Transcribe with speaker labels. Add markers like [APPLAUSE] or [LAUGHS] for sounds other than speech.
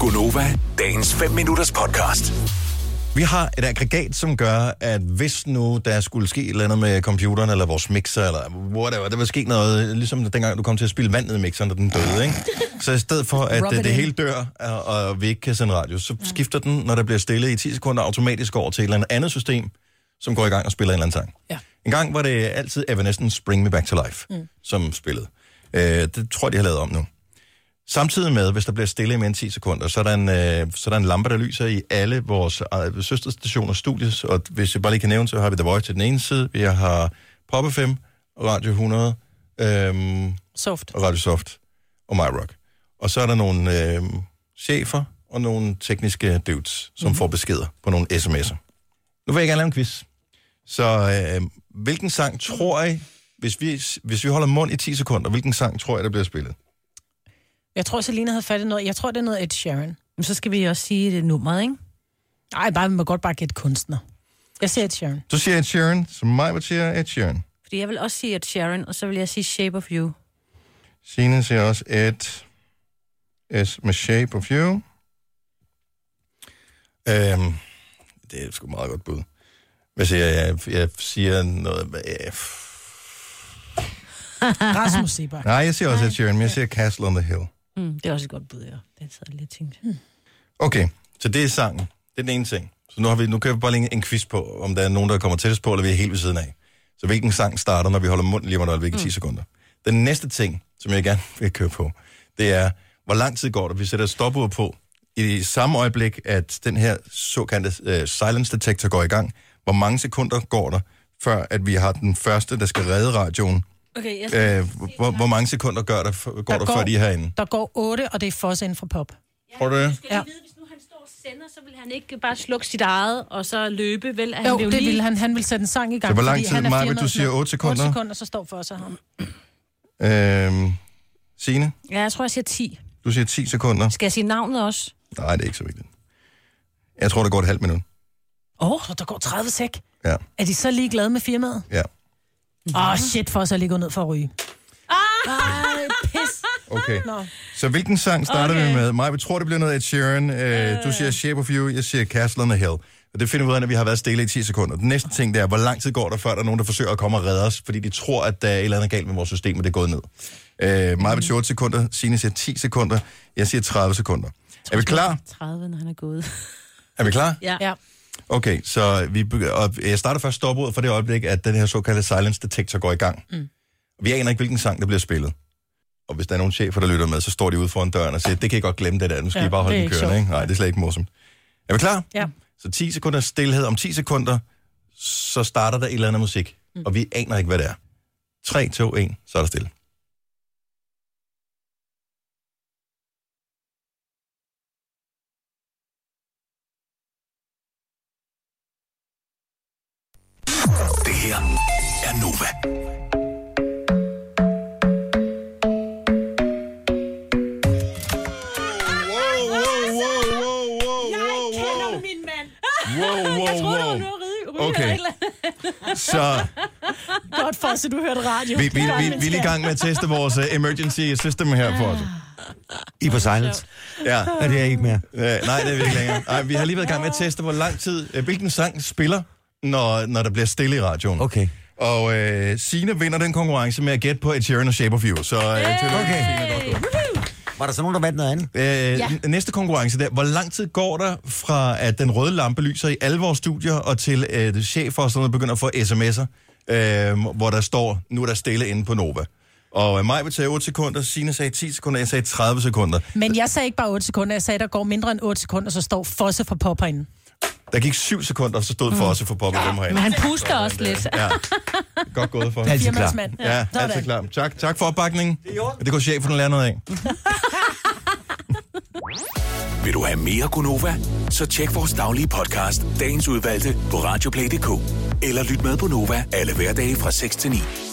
Speaker 1: Gunova, dagens 5 minutters podcast.
Speaker 2: Vi har et aggregat, som gør, at hvis nu der skulle ske et eller andet med computeren, eller vores mixer, eller whatever, der vil ske noget, ligesom dengang du kom til at spille vand ned i mixeren, da den døde, ikke? Så i stedet for, at
Speaker 3: Rub
Speaker 2: øh,
Speaker 3: it
Speaker 2: det
Speaker 3: in.
Speaker 2: hele dør, og, og vi ikke kan sende radio, så skifter den, når der bliver stille i 10 sekunder, automatisk over til et eller andet andet system, som går i gang og spiller en eller anden sang.
Speaker 3: Ja.
Speaker 2: En gang var det altid Evanescence Bring Me Back to Life, mm. som spillede. Øh, det tror jeg, de har lavet om nu. Samtidig med, hvis der bliver stille i mere end 10 sekunder, så er, der en, øh, så er der en lampe, der lyser i alle vores øh, søsterstationer og studies. Og hvis jeg bare lige kan nævne, så har vi The Voice til den ene side, vi har Pop FM, Radio 100, øhm,
Speaker 3: Soft.
Speaker 2: og Radio Soft og MyRock. Og så er der nogle øh, chefer og nogle tekniske dudes, som mm-hmm. får beskeder på nogle sms'er. Nu vil jeg gerne lave en quiz. Så øh, hvilken sang tror I, hvis vi, hvis vi holder mund i 10 sekunder, hvilken sang tror I, der bliver spillet?
Speaker 3: Jeg tror, Selina havde fat i noget. Jeg tror, det er noget Ed Sheeran.
Speaker 4: Men så skal vi også sige det nummeret, ikke?
Speaker 3: Nej, bare, man må godt bare gætte kunstner. Jeg ser Ed Sheeran.
Speaker 2: Du siger Ed Sheeran, så mig vil sige Ed Sheeran.
Speaker 4: Fordi jeg vil også sige, at Sharon, og så vil jeg sige Shape of You.
Speaker 2: Signe siger også Ed S med Shape of You. Øhm, det er sgu meget godt bud. Hvad siger jeg? Jeg, jeg siger noget... med F.
Speaker 3: Rasmus Sebak.
Speaker 2: Nej, jeg siger også Ed Sheeran, men jeg siger Castle on the Hill.
Speaker 4: Mm, det er også et godt bud, ja. Den sad jeg lige og tænkte.
Speaker 5: Hmm.
Speaker 2: Okay, så det er sangen. Det er den ene ting. Så nu, har vi, nu kører vi bare lige en- en quiz på, om der er nogen, der kommer tættest på, eller vi er helt ved siden af. Så hvilken sang starter, når vi holder munden lige om et øjeblik i 10 sekunder. Den næste ting, som jeg gerne vil køre på, det er, hvor lang tid går det? Vi sætter et stopur på i samme øjeblik, at den her såkaldte øh, silence detector går i gang. Hvor mange sekunder går der, før at vi har den første, der skal redde radioen?
Speaker 4: Okay, jeg
Speaker 2: Øh, hvor, hvor mange sekunder gør der, f- går der, der
Speaker 3: går-
Speaker 2: før de er herinde?
Speaker 3: Der går 8, og det er Foss inden for pop.
Speaker 2: Tror du det?
Speaker 5: Skal ja. vide, hvis nu han står og sender, så vil han ikke bare slukke sit eget, og så løbe, vel? Altså, Han
Speaker 3: Jo,
Speaker 5: vil
Speaker 3: det ville han. Han ville sætte en sang i gang.
Speaker 2: Så hvor lang
Speaker 3: fordi
Speaker 2: tid,
Speaker 3: han er
Speaker 2: Maja,
Speaker 3: 400
Speaker 2: du siger otte sekunder?
Speaker 3: 8 sekunder, så står Foss og ham.
Speaker 2: Øh, Signe?
Speaker 4: Ja, jeg tror, jeg siger 10.
Speaker 2: Du siger 10 sekunder.
Speaker 4: Skal jeg sige navnet også?
Speaker 2: Nej, det er ikke så vigtigt. Jeg tror, det går et halvt minut.
Speaker 3: Åh, oh, der går 30 sek.
Speaker 2: Ja,
Speaker 3: Er de så lige glade med firmaet?
Speaker 2: ja.
Speaker 3: Åh, oh, shit, Foss er lige gået ned for at ryge. Ej, pis.
Speaker 2: Okay.
Speaker 3: Nå.
Speaker 2: Så hvilken sang starter okay. vi med? Mig, vi tror, det bliver noget Ed Sheeran. Øh, du siger Shape of You, jeg siger Castle on the Hill. Og det finder vi ud af, når vi har været stille i 10 sekunder. Den næste ting, det er, hvor lang tid går der, før der er nogen, der forsøger at komme og redde os, fordi de tror, at der er et eller andet galt med vores system, og det er gået ned. Øh, mig vil 8 sekunder, Signe siger 10 sekunder, jeg siger 30 sekunder. Er vi klar?
Speaker 4: 30, når han er
Speaker 5: [LAUGHS]
Speaker 4: gået.
Speaker 2: Er vi klar?
Speaker 4: ja.
Speaker 3: Ja.
Speaker 2: Okay, så vi begy- og jeg starter først stopordet for det øjeblik, at den her såkaldte silence detector går i gang. Mm. Vi aner ikke, hvilken sang, der bliver spillet. Og hvis der er nogen chefer, der lytter med, så står de ude foran døren og siger, det kan I godt glemme det der, nu skal ja,
Speaker 3: Ja,
Speaker 2: I bare holde
Speaker 3: det
Speaker 2: den
Speaker 3: er ikke
Speaker 2: kørende.
Speaker 3: sjovt.
Speaker 2: Ikke? Nej, det er slet ikke morsomt. Er vi klar?
Speaker 3: Ja.
Speaker 2: Så 10 sekunder stillhed. Om 10 sekunder, så starter der et eller andet musik, mm. og vi aner ikke, hvad det er. 3, 2, 1, så er der stille.
Speaker 1: Det her er Nova.
Speaker 5: min mand.
Speaker 2: Wow, wow, wow. Okay, så
Speaker 3: Godt, Foss, at du hørte radio. [LAUGHS]
Speaker 2: vi, vi, vi, vi er lige i gang med at teste vores øh, emergency system her for os.
Speaker 6: I er på silence.
Speaker 2: Ja,
Speaker 6: Ja, det er I ikke mere.
Speaker 2: Øh, nej, det er vi ikke længere. Nej, vi har lige været i gang med at teste, hvor lang tid, øh, hvilken sang spiller, når, når der bliver stille i radioen.
Speaker 6: Okay.
Speaker 2: Og øh, Signe vinder den konkurrence med at gætte på Ed Sheeran og Shape of You. Så øh, tillykke,
Speaker 6: Okay.
Speaker 2: Signe. Godt gået.
Speaker 6: Var der så nogen, der vandt noget andet?
Speaker 2: Øh, n- Næste konkurrence der. Hvor lang tid går der fra, at den røde lampe lyser i alle vores studier, og til øh, chefer og sådan noget begynder at få sms'er, øh, hvor der står, nu er der stille inde på Nova. Og øh, mig vil tage 8 sekunder, Signe sagde 10 sekunder, jeg sagde 30 sekunder.
Speaker 3: Men jeg sagde ikke bare 8 sekunder. Jeg sagde, der går mindre end 8 sekunder, så står Fosse for pop herinde.
Speaker 2: Der gik 7 sekunder, og så stod Fosse for poppen ja, herinde.
Speaker 4: Men han puster også lidt.
Speaker 2: Ja. Godt gået for.
Speaker 6: Altid klar.
Speaker 3: Firmandsmand.
Speaker 2: Ja,
Speaker 3: Sådan.
Speaker 2: altid klar. Tak, tak for opbakningen. Det går chefen at lære noget af.
Speaker 1: Vil du have mere Gunova? Så tjek vores daglige podcast, dagens udvalgte, på radioplay.dk. Eller lyt med på Nova alle hverdage fra 6 til 9.